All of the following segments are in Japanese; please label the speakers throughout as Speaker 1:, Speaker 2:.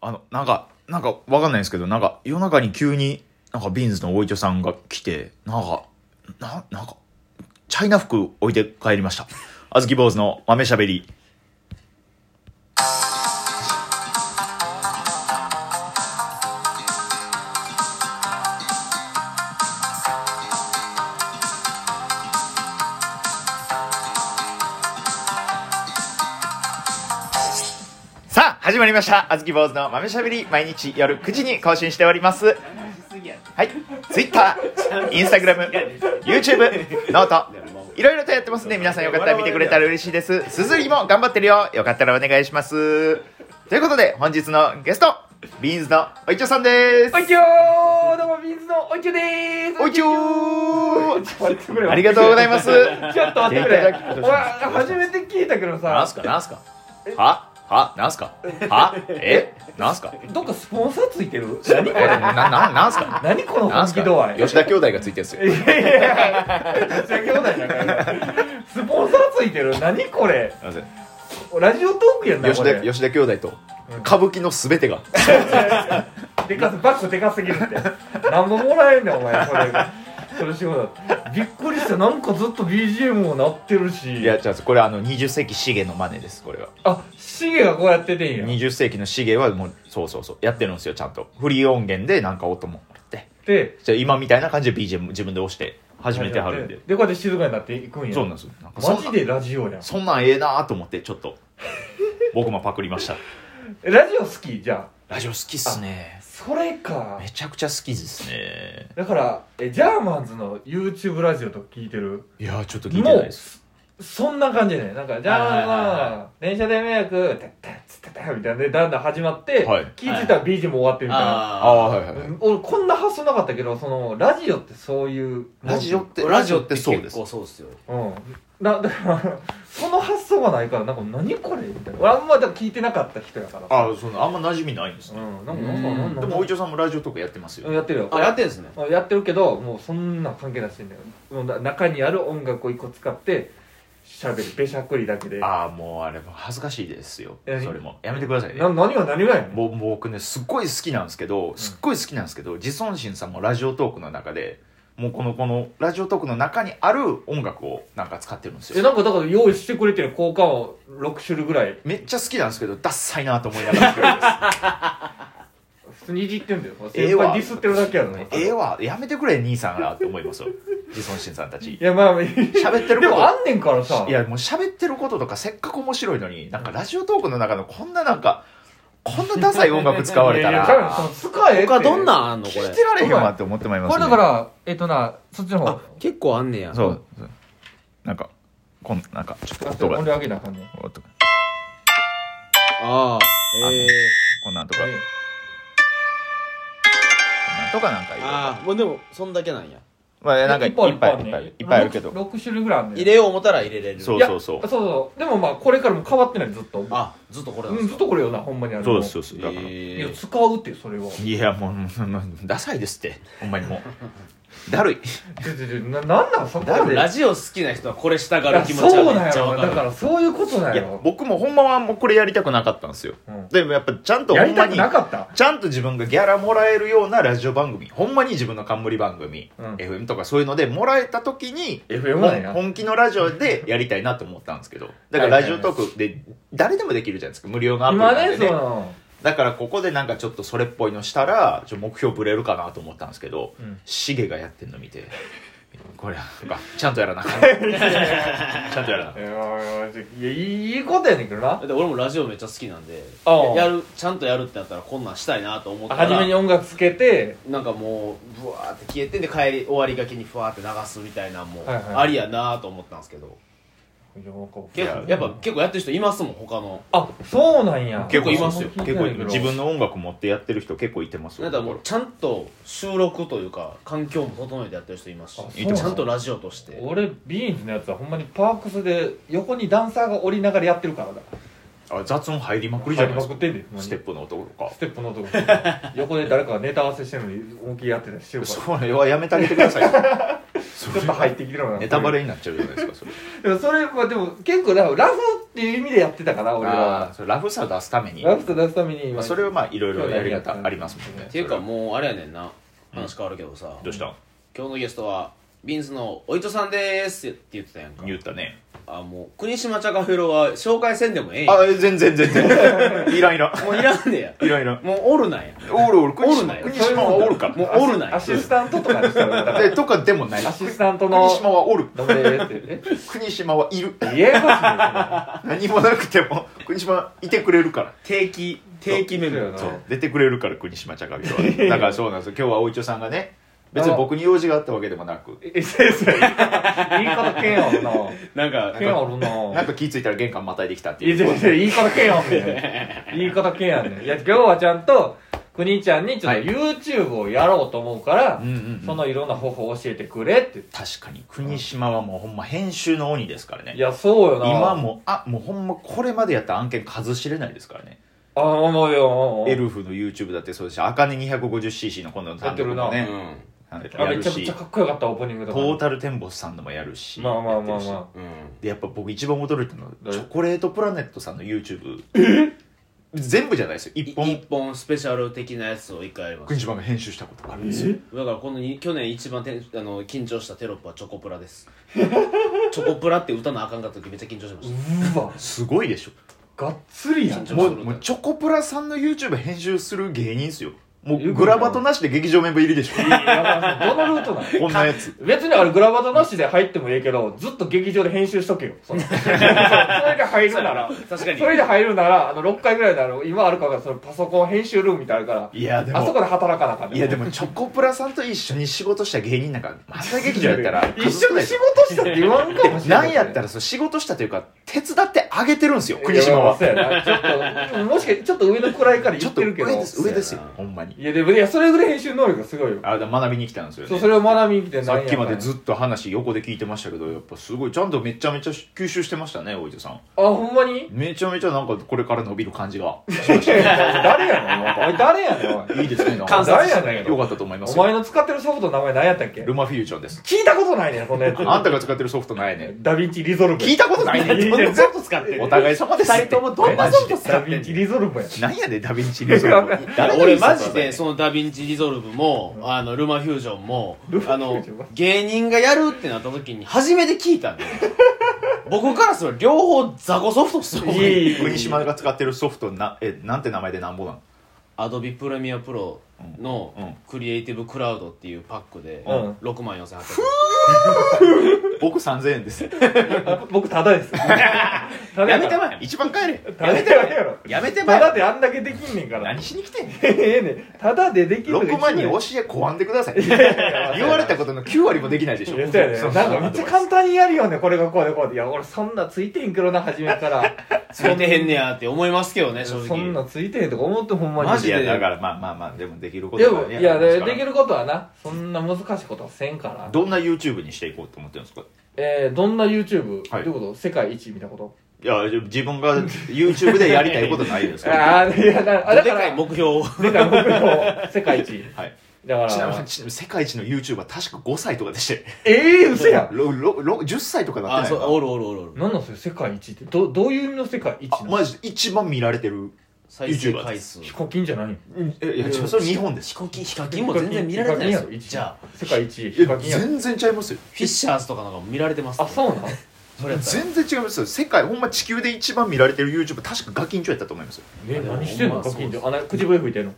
Speaker 1: あの、なんか、なんかわかんないですけど、なんか夜中に急になんかビーンズのおいちょさんが来て、なんか、な、なんか、チャイナ服置いて帰りました。あずき坊主の豆しゃべり。さあ、始まりました。あずき坊主の豆しゃべり。毎日夜9時に更新しております。はい。Twitter、Instagram、YouTube、ノート。いろいろとやってますんで、皆さんよかったら見てくれたら嬉しいです。すずりも頑張ってるよ。よかったらお願いします。ということで、本日のゲスト、ビーンズのおいちょさんです。
Speaker 2: おいきょーどうも、ビーズのおいきょでーす
Speaker 1: おいちょ
Speaker 2: ち
Speaker 1: ー
Speaker 2: ょっと待ってくれよ
Speaker 1: ありがとうございます。
Speaker 2: ちょっと待ってく
Speaker 1: いただきまし
Speaker 2: れ
Speaker 1: ょう
Speaker 2: わ初めて聞いたけど
Speaker 1: な
Speaker 2: さ
Speaker 1: んすかなんすかははなんすかはえなんすか
Speaker 2: どっかスポンサーついてる
Speaker 1: えな、な、なんすか
Speaker 2: 何この
Speaker 1: なん
Speaker 2: 本
Speaker 1: す
Speaker 2: 気度
Speaker 1: か
Speaker 2: 合い
Speaker 1: 吉田兄弟がついてるんですよ。
Speaker 2: 先ほどだよなんかスポンサーついてる何これ
Speaker 1: なぜ
Speaker 2: ラジオトークやんな
Speaker 1: 吉
Speaker 2: こ
Speaker 1: 田
Speaker 2: れ
Speaker 1: 吉田兄弟と歌舞伎のすべてが
Speaker 2: でかすバッグでかすぎるって何ももらえんねんお前それそれ仕事だびっくりしたなんかずっと BGM も鳴ってるし
Speaker 1: いや違うこれはあの20世紀シゲの真似ですこれは
Speaker 2: あシゲがこうやってていいんや
Speaker 1: 20世紀のシゲはもうそうそうそうやってるんですよちゃんとフリー音源でなんか音もらって
Speaker 2: で
Speaker 1: じゃあ今みたいな感じで BGM 自分で押して始めてはるんで
Speaker 2: でこうやって静かになっていくんや
Speaker 1: そうなんですよなんかそん
Speaker 2: マ
Speaker 1: な
Speaker 2: ジでラジオやん
Speaker 1: そんなんええなと思ってちょっと僕もパクりました
Speaker 2: えラジオ好きじゃ
Speaker 1: ラジオ好きっすね
Speaker 2: あそれか
Speaker 1: めちゃくちゃ好きですね
Speaker 2: だからえジャーマンズの YouTube ラジオとか聞いてる
Speaker 1: いやーちょっと聞いて
Speaker 2: も
Speaker 1: ないうです
Speaker 2: そんな感じねなんかジャーマンズ
Speaker 3: はいはいはい
Speaker 2: は電車で迷惑タッタッつったたみたいなんでだんだん始まって、
Speaker 1: はい
Speaker 2: 聞いてたら BG も終わってみたいな、
Speaker 1: ああ
Speaker 3: ああ
Speaker 1: はいはいはい
Speaker 2: うん俺こんな発想なかったけどそのラジオってそういう
Speaker 1: ラジオって
Speaker 3: ラジオって
Speaker 1: そう
Speaker 3: 結
Speaker 1: です
Speaker 3: 構そうですよ
Speaker 2: うんなだからその発想がないからなんか何これみたいな俺あんまでも聞いてなかった人やから
Speaker 1: ああそんなあんま馴染みないんですね
Speaker 2: うんなんかなんかなんか
Speaker 1: でもおいちょさんもラジオとかやってますよ
Speaker 2: うんやってるよ
Speaker 3: あやってんですね
Speaker 2: あやってるけどもうそんな関係なしんだよもうな中にある音楽を一個使ってしゃべるべしゃくりだけでな
Speaker 1: ああもうあれも恥ずかしいですよ
Speaker 2: え
Speaker 1: それもやめてくださいね
Speaker 2: 何が何がやねん
Speaker 1: もう僕ねすっごい好きなんですけどすっごい好きなんですけど、自尊心さんもラジオトークの中でもうこのこのラジオトークの中にある音楽をなんか使ってるんです
Speaker 2: え
Speaker 1: よ
Speaker 2: なんかだから用意してくれてる効果音6種類ぐらい
Speaker 1: めっちゃ好きなんですけどダッサいなと思いなが ら聞く
Speaker 2: 普通にいじってんだよ
Speaker 1: え
Speaker 2: 先
Speaker 1: えわ
Speaker 2: 輩ディスってるだけやのに
Speaker 1: んですええわやめてくれ兄さんらって思い ますよ自尊心さんたち
Speaker 2: いやまあ
Speaker 1: 喋ってる
Speaker 2: で
Speaker 1: こ
Speaker 2: もあ
Speaker 1: と
Speaker 2: んねんからさ
Speaker 1: いやもう喋ってることとかせっかく面白いのになんかラジオトークの中のこんななんかこんなダサい音楽使われた
Speaker 2: いや
Speaker 1: ら
Speaker 2: いやだからその使えって
Speaker 3: 他どんなんあんのこ
Speaker 1: 聞
Speaker 3: れ
Speaker 1: いてられへんわって思ってまいりま
Speaker 2: こ
Speaker 1: す
Speaker 2: れだからえっとなそっちの方
Speaker 3: あ結構あんねや
Speaker 1: そうそうなんかこんなんかちょっと
Speaker 2: あ
Speaker 1: 音が
Speaker 2: 俺あげなあかんねん
Speaker 1: 音が
Speaker 3: ああええ
Speaker 1: こんなんとかこんなんとかなんかいる
Speaker 3: ああもうでもそんだけなんや
Speaker 1: まあなんかいっぱいいっぱい
Speaker 2: あんねん
Speaker 1: いっぱいあるけど
Speaker 2: 6種類ぐらいあんねん
Speaker 3: 入れよう思ったら入れれる
Speaker 1: そう
Speaker 2: いやそうそうそうでもまあこれからも変わってないずっと
Speaker 3: あずっとこれなん
Speaker 2: う
Speaker 3: で
Speaker 2: ん
Speaker 3: す
Speaker 2: ず
Speaker 3: か
Speaker 2: っとこれよなほんまにある
Speaker 1: そうですそうですだから
Speaker 2: いや
Speaker 3: ええ
Speaker 2: 使うってそれはい
Speaker 1: やもうもうもうダサいですってほんまにも うだるい
Speaker 2: ちょちょちょななんなんそこ
Speaker 3: 多
Speaker 2: ま
Speaker 3: 分
Speaker 2: で
Speaker 3: ラジオ好きな人はこれしたが
Speaker 2: い
Speaker 3: る
Speaker 2: や
Speaker 3: 気持ち
Speaker 2: そ
Speaker 3: はめ
Speaker 2: うだ
Speaker 3: っちゃ
Speaker 2: よ
Speaker 3: わ
Speaker 2: だ
Speaker 3: か
Speaker 2: か
Speaker 3: る
Speaker 2: らそういうことなん
Speaker 1: い
Speaker 2: や
Speaker 1: や
Speaker 2: ろ
Speaker 1: 僕もほんまはもうこれやりたくなかったんですよ
Speaker 2: うん
Speaker 1: でもやっぱちゃんと
Speaker 2: や
Speaker 1: ほん
Speaker 2: り
Speaker 1: ま
Speaker 2: たく
Speaker 1: に
Speaker 2: なかった
Speaker 1: ちゃんと自分がギャラもらえるようなラジオ番組ほんまに自分の冠番組、
Speaker 2: うん
Speaker 1: FM とかそういうのでもらえた時に
Speaker 2: FM なんや
Speaker 1: 本気のラジオでやりたいなと思ったんですけどだからラジオトークで誰でもできるじゃないですか無料のアプリ
Speaker 2: 今
Speaker 1: なんで
Speaker 2: ねそ
Speaker 1: ね
Speaker 2: の
Speaker 1: だからここでなんかちょっとそれっぽいのしたらちょ目標ぶれるかなと思ったんですけど
Speaker 2: うん
Speaker 1: シゲ、がやってんの見てこれなんかちゃんとやらなあ かんちゃんとやらなあ
Speaker 2: い
Speaker 1: かん
Speaker 2: やいやいやいいことやねんけどな
Speaker 3: だって俺もラジオめっちゃ好きなんで
Speaker 2: ああ
Speaker 3: やるちゃんとやるってなったらこんなんしたいなと思った
Speaker 2: 初めに
Speaker 3: ら
Speaker 2: 音楽つけて
Speaker 3: なんかもうブワーって消えてで帰り終わりがけにふわーって流すみたいなんも
Speaker 2: はいはい
Speaker 3: ありやなと思ったんですけど
Speaker 2: いやなんか
Speaker 3: 結構やっぱ結構やってる人いますもん他の
Speaker 2: あそうなんや
Speaker 1: 結構い
Speaker 3: ますよ
Speaker 1: 結構自分
Speaker 2: の
Speaker 1: の音楽持ってやってる人結構いてます
Speaker 3: なんかもうちゃんと収録というか環境も整えてやってる人います
Speaker 2: あ
Speaker 3: し
Speaker 2: そう
Speaker 3: ちゃんとラジオとして
Speaker 2: 俺ビーンズのやつはほんまにパークスで横にダンサーがおりながらやってるからだ
Speaker 1: あ雑音入りまくりじゃないですか
Speaker 2: 入りまくってんでほんまに
Speaker 1: ステップの音とか
Speaker 2: ステップの音が横で誰かがネタ合わせしてるのに大きいやってたりしてるから
Speaker 1: それはやめてあげてくださいよそそ
Speaker 2: ちょっと入ってきてるのな
Speaker 1: ネタバレになっちゃうじゃないですかそれ
Speaker 2: でもそれまあでも結構なんかラフっていう意味でやってたから俺
Speaker 1: あ
Speaker 2: は
Speaker 1: ーそれラフさを出すために
Speaker 2: ラフと出すために
Speaker 1: まあそれをまあいろいろやり
Speaker 2: う
Speaker 1: 方
Speaker 2: ん
Speaker 1: ありますもんね
Speaker 3: ていうかもうあれやねんな話変わるけどさ、
Speaker 1: どうした
Speaker 3: 今日のゲストはビンスのおいとさんでーすって言ってたやんか
Speaker 1: 言ったね
Speaker 3: あもう国島茶カフェロは紹介せんでもええんや
Speaker 1: あ全然全然いらんいらん
Speaker 3: もういらんねや
Speaker 1: いらんいらん
Speaker 3: もうおるなんや
Speaker 1: おるおる国
Speaker 3: おるな
Speaker 1: 島
Speaker 3: よ
Speaker 1: 国島はおるか
Speaker 3: もう
Speaker 2: アシ
Speaker 3: おるなんや
Speaker 2: アシスタントとかでしたよだか
Speaker 1: で
Speaker 2: ら
Speaker 1: とかでもない
Speaker 2: アシスタント の
Speaker 1: 国島はおる
Speaker 2: どんでーってえ
Speaker 1: 国島はいる
Speaker 2: 言えま
Speaker 1: 何もなくても国島いてくれるから
Speaker 3: 定期定期メンバー
Speaker 2: そ
Speaker 1: そ
Speaker 2: う
Speaker 1: う出てくれるから国島茶ゃがはだからそうなんですよ今日はおいちょさんがね別に僕に用事があったわけでもなく
Speaker 2: すよねえ先生言い方けんやろ
Speaker 3: なんか
Speaker 2: なけんやろな
Speaker 1: なんか気ぃ付いたら玄関またいできたって
Speaker 2: い
Speaker 1: い
Speaker 2: や
Speaker 1: う
Speaker 2: いやいや言い方けん やんねん言い方けんやんねんいや今日はちゃんとくにちゃんにちょっと
Speaker 1: はい
Speaker 2: YouTube をやろうと思うから、
Speaker 1: うんうん
Speaker 2: そのいろんな方法を教えてくれって
Speaker 1: 確かに国島はもうほんま編集の鬼ですから
Speaker 2: い
Speaker 1: ね
Speaker 2: やそうよな
Speaker 1: 今もあもうほんまこれまでやった案件数知れないですからね
Speaker 2: あもうよ
Speaker 1: エルフの YouTube だってそうですし「あかね 250cc」の今度の単独も
Speaker 2: や
Speaker 3: う
Speaker 1: ね
Speaker 3: ん
Speaker 1: はい
Speaker 2: あ
Speaker 1: や
Speaker 2: め
Speaker 1: る
Speaker 2: ちゃく
Speaker 1: し
Speaker 2: ちゃ
Speaker 1: ト
Speaker 2: かっこよかったオープニングとか
Speaker 1: ータルテンボスさんのもやるし
Speaker 2: まあま
Speaker 1: や
Speaker 2: あまあ
Speaker 1: ってるし
Speaker 2: ま
Speaker 3: うん
Speaker 1: でやっぱ僕一番驚いたのは
Speaker 2: 誰
Speaker 1: チョコレートプラネットさんの YouTube 全部じゃないですよ一
Speaker 3: 一
Speaker 1: 本
Speaker 3: 本スペシャル的なやつを一回やりま
Speaker 1: 国
Speaker 3: す
Speaker 1: 島が編集したことがあるんですよ
Speaker 3: だからこのに去年一番てあの緊張したテロップはチョコプラですチョコプラって歌なあかんかった時めっちゃ緊張しまし
Speaker 2: あうわ
Speaker 1: すごいでしょ
Speaker 2: がっつりやん
Speaker 3: 緊張
Speaker 1: もうもうチョコプラさんの YouTube 編集する芸人ですよもう
Speaker 2: え
Speaker 1: グラバトなしで劇場メンバー入りでしょ
Speaker 2: いやだからどのルートなの
Speaker 1: こんなやつ
Speaker 2: 別にあれグラバタなしで入ってもいいけどずっと劇場で編集しとけよそ のそれで入るなら
Speaker 3: た確かに
Speaker 2: それで入るならあの6回ぐらいなら今あるかがそのパソコン編集ルームみたいなのある
Speaker 1: いや
Speaker 2: か
Speaker 1: で
Speaker 2: らあそ
Speaker 1: も
Speaker 2: こで働かなあかんね
Speaker 1: いやでもチョコプラさんと一緒に仕事した芸人なんか漫才劇場やったら
Speaker 2: 一緒に仕事したって言わんかもしれ
Speaker 1: な
Speaker 2: なんい
Speaker 1: やった
Speaker 2: ら
Speaker 1: らそう仕事したというか手伝ってあげてるんですよ国島は
Speaker 2: そうやなちょっともしかしてちょっと上の位から
Speaker 1: ち
Speaker 2: 言
Speaker 1: ょっ
Speaker 2: っ
Speaker 1: と
Speaker 2: て
Speaker 1: 上
Speaker 2: るけど
Speaker 1: です上ですよ
Speaker 3: そうやな
Speaker 1: ほんまに
Speaker 2: いやでもいやそれぐらい編集能力がすごいよ
Speaker 1: あだから学びに来たんですよ
Speaker 2: そう
Speaker 1: ね
Speaker 2: それを学びに来て
Speaker 1: さ
Speaker 2: なん
Speaker 1: っ
Speaker 2: や
Speaker 1: き
Speaker 2: かん
Speaker 1: までずっと話横で聞いてましたけどやっぱすごいちゃんとめちゃめちゃ吸収してましたね大池さん
Speaker 2: あほんまに
Speaker 1: めちゃめちゃなんかこれから伸びる感じが
Speaker 2: 誰やねんお前 おい誰やねんお前
Speaker 1: いいですねなんか
Speaker 3: 観察
Speaker 2: 誰やねん
Speaker 1: よかったと思います
Speaker 2: お
Speaker 1: よ
Speaker 2: 前の使ってるソフトの名前何やったっけ
Speaker 1: ルマフュージョンです
Speaker 2: 聞いたことないねんそんなやつ
Speaker 1: あんたが使ってるソフトないね
Speaker 2: ダヴィンチリゾルブ
Speaker 1: 聞いたことないね
Speaker 2: いやいや
Speaker 1: どんなソフ
Speaker 3: と使って
Speaker 1: トお互い様です
Speaker 3: 二人ともどんなソフト使
Speaker 2: ダ
Speaker 3: っ
Speaker 2: ヴ
Speaker 3: て
Speaker 2: ィ
Speaker 3: ん
Speaker 2: ンチ
Speaker 3: の
Speaker 2: リゾルブや
Speaker 1: なんやねんダヴィンチリゾルブ
Speaker 2: いや
Speaker 1: 誰がい
Speaker 3: 俺
Speaker 1: いソフト
Speaker 3: マジ
Speaker 1: だよ
Speaker 3: でそのダヴィンチリゾルブも、あのルマフュージョンも
Speaker 2: ルマ
Speaker 3: あ
Speaker 2: フュー
Speaker 3: の
Speaker 2: ジョン
Speaker 3: 芸人がやるってなった時に初めて聞いたんだよ僕からすれば両方ザコソフトっすよ
Speaker 2: いいいい
Speaker 1: 国島が使ってるソフトなえなんて名前でなんぼなの
Speaker 3: アドビプレミアプロ
Speaker 1: うんうん
Speaker 3: のクリエイティブクラウドっていうパックで
Speaker 2: うん
Speaker 3: 6万4800円
Speaker 1: 僕3000円です
Speaker 2: 僕タダ ですタダ
Speaker 1: やめて
Speaker 2: や
Speaker 1: まえ一番帰れ
Speaker 2: タダやろ
Speaker 1: やめて
Speaker 2: タ
Speaker 1: まえ
Speaker 2: ダであんだけできんねんから
Speaker 1: 何しに来てんねん
Speaker 2: ええねんタダでできんのが
Speaker 1: 6
Speaker 2: 一
Speaker 1: 万人教
Speaker 2: し
Speaker 1: えこわんでください言われたことの9割もできないでしょ
Speaker 2: いやそうやね
Speaker 1: そ
Speaker 2: な
Speaker 1: うんそう
Speaker 2: かめっちゃ簡単にやるよねこれがこうでこうでいや俺そんなついてへんけどな初めから
Speaker 3: ついてへんねやって思いますけどね正
Speaker 2: そん
Speaker 3: 直
Speaker 2: なついてへんとか思ってほんまに
Speaker 3: マジで
Speaker 1: いやだからまあまあまあでもできること
Speaker 2: で
Speaker 1: は
Speaker 2: もいやで
Speaker 1: ます
Speaker 2: で
Speaker 1: か
Speaker 2: き
Speaker 1: ら
Speaker 2: ることはなそんな難しいことはせんから
Speaker 1: どんな YouTube にしていこうと思ってるんですか
Speaker 2: えー、どんな YouTube、
Speaker 1: はい
Speaker 2: どういうこと世界一みたいなこと
Speaker 1: いや自分が YouTube でやりたいことないですから
Speaker 2: ああいやだあ
Speaker 3: ど
Speaker 2: だ
Speaker 3: で
Speaker 2: か
Speaker 3: からい目標を
Speaker 2: だから僕の世界一
Speaker 1: はい
Speaker 2: だか
Speaker 1: ちなみに
Speaker 2: ら
Speaker 1: ちなみに世界一の YouTuber 確か5歳とかでして
Speaker 2: ええー、嘘やん
Speaker 1: ろろろ10歳とかなっ
Speaker 3: あ
Speaker 1: て
Speaker 3: そう
Speaker 1: ない
Speaker 3: お
Speaker 1: の
Speaker 3: るおるおるおる
Speaker 2: 何なんそれ世界一ってどどういう意味の世界一
Speaker 1: あ
Speaker 2: なの
Speaker 1: マジで一番見られてる
Speaker 3: 再生回数
Speaker 2: ヒコキンじゃないの
Speaker 1: えいや違うそれ日本です
Speaker 3: ヒコキヒカキンも全然見られてないです
Speaker 2: ヒカキン
Speaker 3: よ
Speaker 2: やろ
Speaker 3: じゃあ
Speaker 2: 世界一
Speaker 1: い
Speaker 2: ヒ
Speaker 1: や
Speaker 2: コキンやろ
Speaker 1: 全然ちゃいますよ
Speaker 3: フィッシャーズとかの方が見られてます
Speaker 2: あそうなん
Speaker 3: それやったら
Speaker 1: 全然違いますよ世界ほんま地球で一番見られてる YouTube 確かガキンチョやったと思いますよ、
Speaker 2: え何してんの
Speaker 3: まあ
Speaker 2: ヒコキンじ
Speaker 3: そう
Speaker 2: ゃあな口笛吹いてんの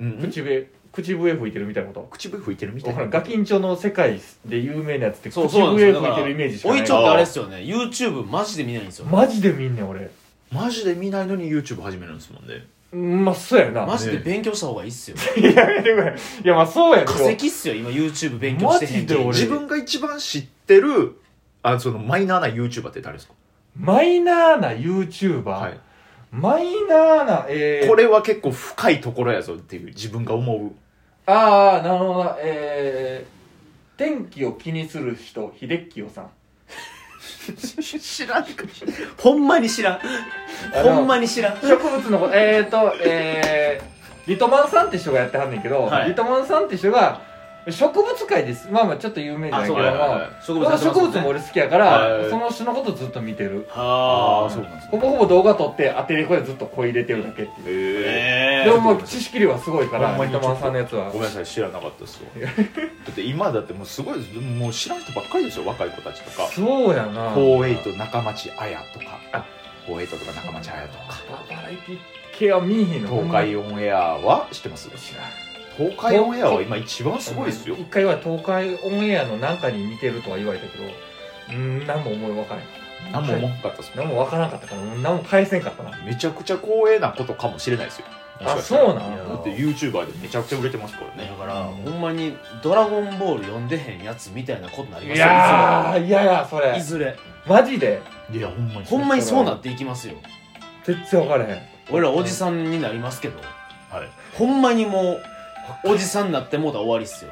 Speaker 1: うん、
Speaker 2: 口笛口笛吹いてるみたいなこと
Speaker 1: 口笛吹いてるみたい
Speaker 2: ほら
Speaker 1: な
Speaker 2: ガキンチョの世界で有名なやつって
Speaker 3: そう
Speaker 2: 口
Speaker 3: そうなんです
Speaker 2: 笛
Speaker 3: よだ
Speaker 2: 吹い
Speaker 3: か
Speaker 2: て
Speaker 3: ら
Speaker 2: るイメージしか
Speaker 3: お
Speaker 2: ない
Speaker 3: いちょってあれっすよね YouTube マジで見ないんですよ
Speaker 2: マジで見んねん俺
Speaker 1: マジで見ないのに YouTube 始めるんですもんね
Speaker 2: うんまあそうやな
Speaker 3: マジで勉強した方がいいっすよ
Speaker 2: いやめてくれいやまあそうやけど
Speaker 3: 化石っすよ今 YouTube 勉強してへんけど
Speaker 2: マジで
Speaker 1: 自分が一番知ってるあそのマイナーな YouTuber って誰ですか、
Speaker 2: マイナーな YouTuber、
Speaker 1: はい、
Speaker 2: マイナーなえー、
Speaker 1: これは結構深いところやぞっていう自分が思う
Speaker 2: ああなるほどなえー、天気を気にする人秀樹よさん
Speaker 1: 知らんか
Speaker 3: ほんまに知らんほんまに知らん
Speaker 2: 植物のことえーとえー、リトマンさんって人がやってはんねんけど、
Speaker 3: はい
Speaker 2: リトマンさんって人が植物界ですまあまあちょっと有名じゃないけど
Speaker 3: あそうはいはいはい
Speaker 2: まあ
Speaker 3: 植物や
Speaker 2: 植
Speaker 3: ってますもんね
Speaker 2: 物も俺好きやか
Speaker 3: はいはい
Speaker 2: らその人のことずっと見てる
Speaker 3: はあそうなんです
Speaker 2: ほぼほぼ動画撮って当てれこでずっと声入れてるだけっていう
Speaker 1: え
Speaker 3: え
Speaker 2: でももう知識量はすごいから
Speaker 1: ほんま
Speaker 2: 三
Speaker 1: に
Speaker 2: 笘さんのやつは
Speaker 1: ごめんなさい知らなかったっすわだって今だってもうすごいですもう知らん人ばっかりですよ若い子たちとか
Speaker 2: そうやな
Speaker 1: 48中町綾とか48とか中町綾とか
Speaker 2: バラエティ系は見えへんの
Speaker 1: 東海オンエアは知ってます
Speaker 2: 知らん
Speaker 1: 東海オンエアは今一番すごいですよ
Speaker 2: 一回は東海オンエアのなんかに似てるとは言われたけどうん何も思い分からん
Speaker 1: 何も思わんかったっす
Speaker 2: 何も分からんかったからうん何も返せんかったな
Speaker 1: めちゃくちゃ光栄なことかもしれないですよ
Speaker 2: あそう
Speaker 1: な
Speaker 2: なん
Speaker 3: いや
Speaker 1: だって YouTuber でめちゃくちゃ売れてますから
Speaker 3: だ
Speaker 1: ね
Speaker 3: からほんまに「ドラゴンボール」読んでへんやつみたいなことになりま
Speaker 2: い
Speaker 3: す
Speaker 2: やーいやいや
Speaker 3: い
Speaker 2: それ
Speaker 3: ずれいず
Speaker 2: マジで
Speaker 1: いやほんま
Speaker 3: れ
Speaker 1: に
Speaker 3: ほんまにそうなっていきますよ
Speaker 2: 全然分からへん
Speaker 3: 俺らおじさんになりますけど
Speaker 1: はい
Speaker 3: ほんまにもうおじさんになってもうたら終わりっすよ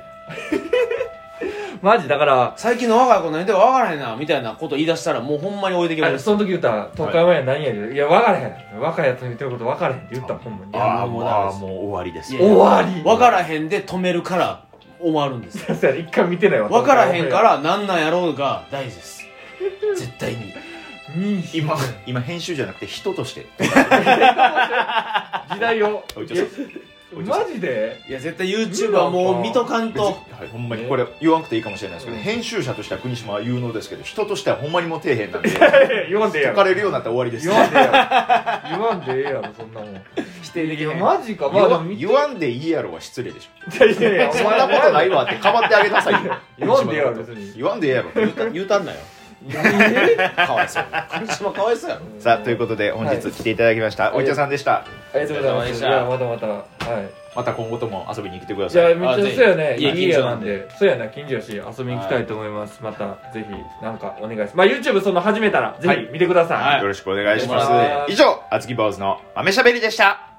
Speaker 2: マジだから
Speaker 3: 最近の若い子何でか分からへんなみたいなこと言い出したらもうほんまに置いてけぼり
Speaker 2: あ
Speaker 3: です
Speaker 2: その時言った東海オンエア何や言ういや分からへん若いやつの言ってること分からへんって言ったほんまに
Speaker 3: いや
Speaker 1: あーも
Speaker 3: もう
Speaker 1: う
Speaker 3: ダメで
Speaker 1: あ
Speaker 3: す
Speaker 1: ーもう終わりです
Speaker 3: いや
Speaker 2: 終わり
Speaker 3: 分からへんで止めるから終わるんです よ
Speaker 2: そうや一回見てないわ
Speaker 3: 分からへんからなんなんやろうが大事です絶対に
Speaker 2: 見いひん
Speaker 1: 今今編集じゃなくて人として
Speaker 2: 時代を
Speaker 1: おいちょっと
Speaker 2: えマジで
Speaker 3: いや絶対 YouTube はもう見とかんと
Speaker 1: はい、ほんまにこれ言わんくていいかもしれないですけど、
Speaker 2: うん
Speaker 1: 編集者としては国島は有能ですけど人としてはほんまにもう底辺なんで
Speaker 2: 読んでや
Speaker 1: 書
Speaker 2: ろ
Speaker 1: かれるようになったら終わりです
Speaker 2: 言わんでええやろ言わんでええやろそんなもん
Speaker 1: 否定で
Speaker 2: いやマジかま
Speaker 1: 言
Speaker 2: あでも
Speaker 1: わ
Speaker 2: 見
Speaker 1: ん
Speaker 2: て
Speaker 1: 言わんでいいやろは失礼でしょ
Speaker 2: いやいやいや
Speaker 1: そんなことないわってかばってあげなさいよ
Speaker 2: 言わんでええや
Speaker 1: 国島の
Speaker 2: ろ
Speaker 1: こと
Speaker 2: 別に
Speaker 1: 言わんでええやろ
Speaker 3: 言うた言うたんなよ
Speaker 2: え
Speaker 3: かわいそう神島かわいそうやろ
Speaker 2: ー
Speaker 1: さあということで本
Speaker 2: は
Speaker 1: 日
Speaker 2: い
Speaker 1: 来ていただきました、
Speaker 2: はい
Speaker 1: おいちゃさんでした
Speaker 2: ありがとうございます
Speaker 3: お疲れ様で
Speaker 2: じ
Speaker 3: した
Speaker 2: ゃあまたまたはい
Speaker 1: また今後とも遊びに来てくだ
Speaker 2: じゃ
Speaker 1: さ
Speaker 2: あ
Speaker 1: い
Speaker 2: めっちゃそうやね
Speaker 3: ぜひ
Speaker 2: いい
Speaker 3: いや近
Speaker 2: や
Speaker 3: 所な
Speaker 2: なんん
Speaker 3: で
Speaker 2: でそうやな近所やし遊びに行きたいと思いますまたぜひなんかお願いしますまあ YouTube その始めたらぜ
Speaker 1: はい
Speaker 2: ひ見てください
Speaker 3: はい
Speaker 1: よろしくお願いします、
Speaker 2: はい
Speaker 1: 以上あずき坊主の豆しゃべりでした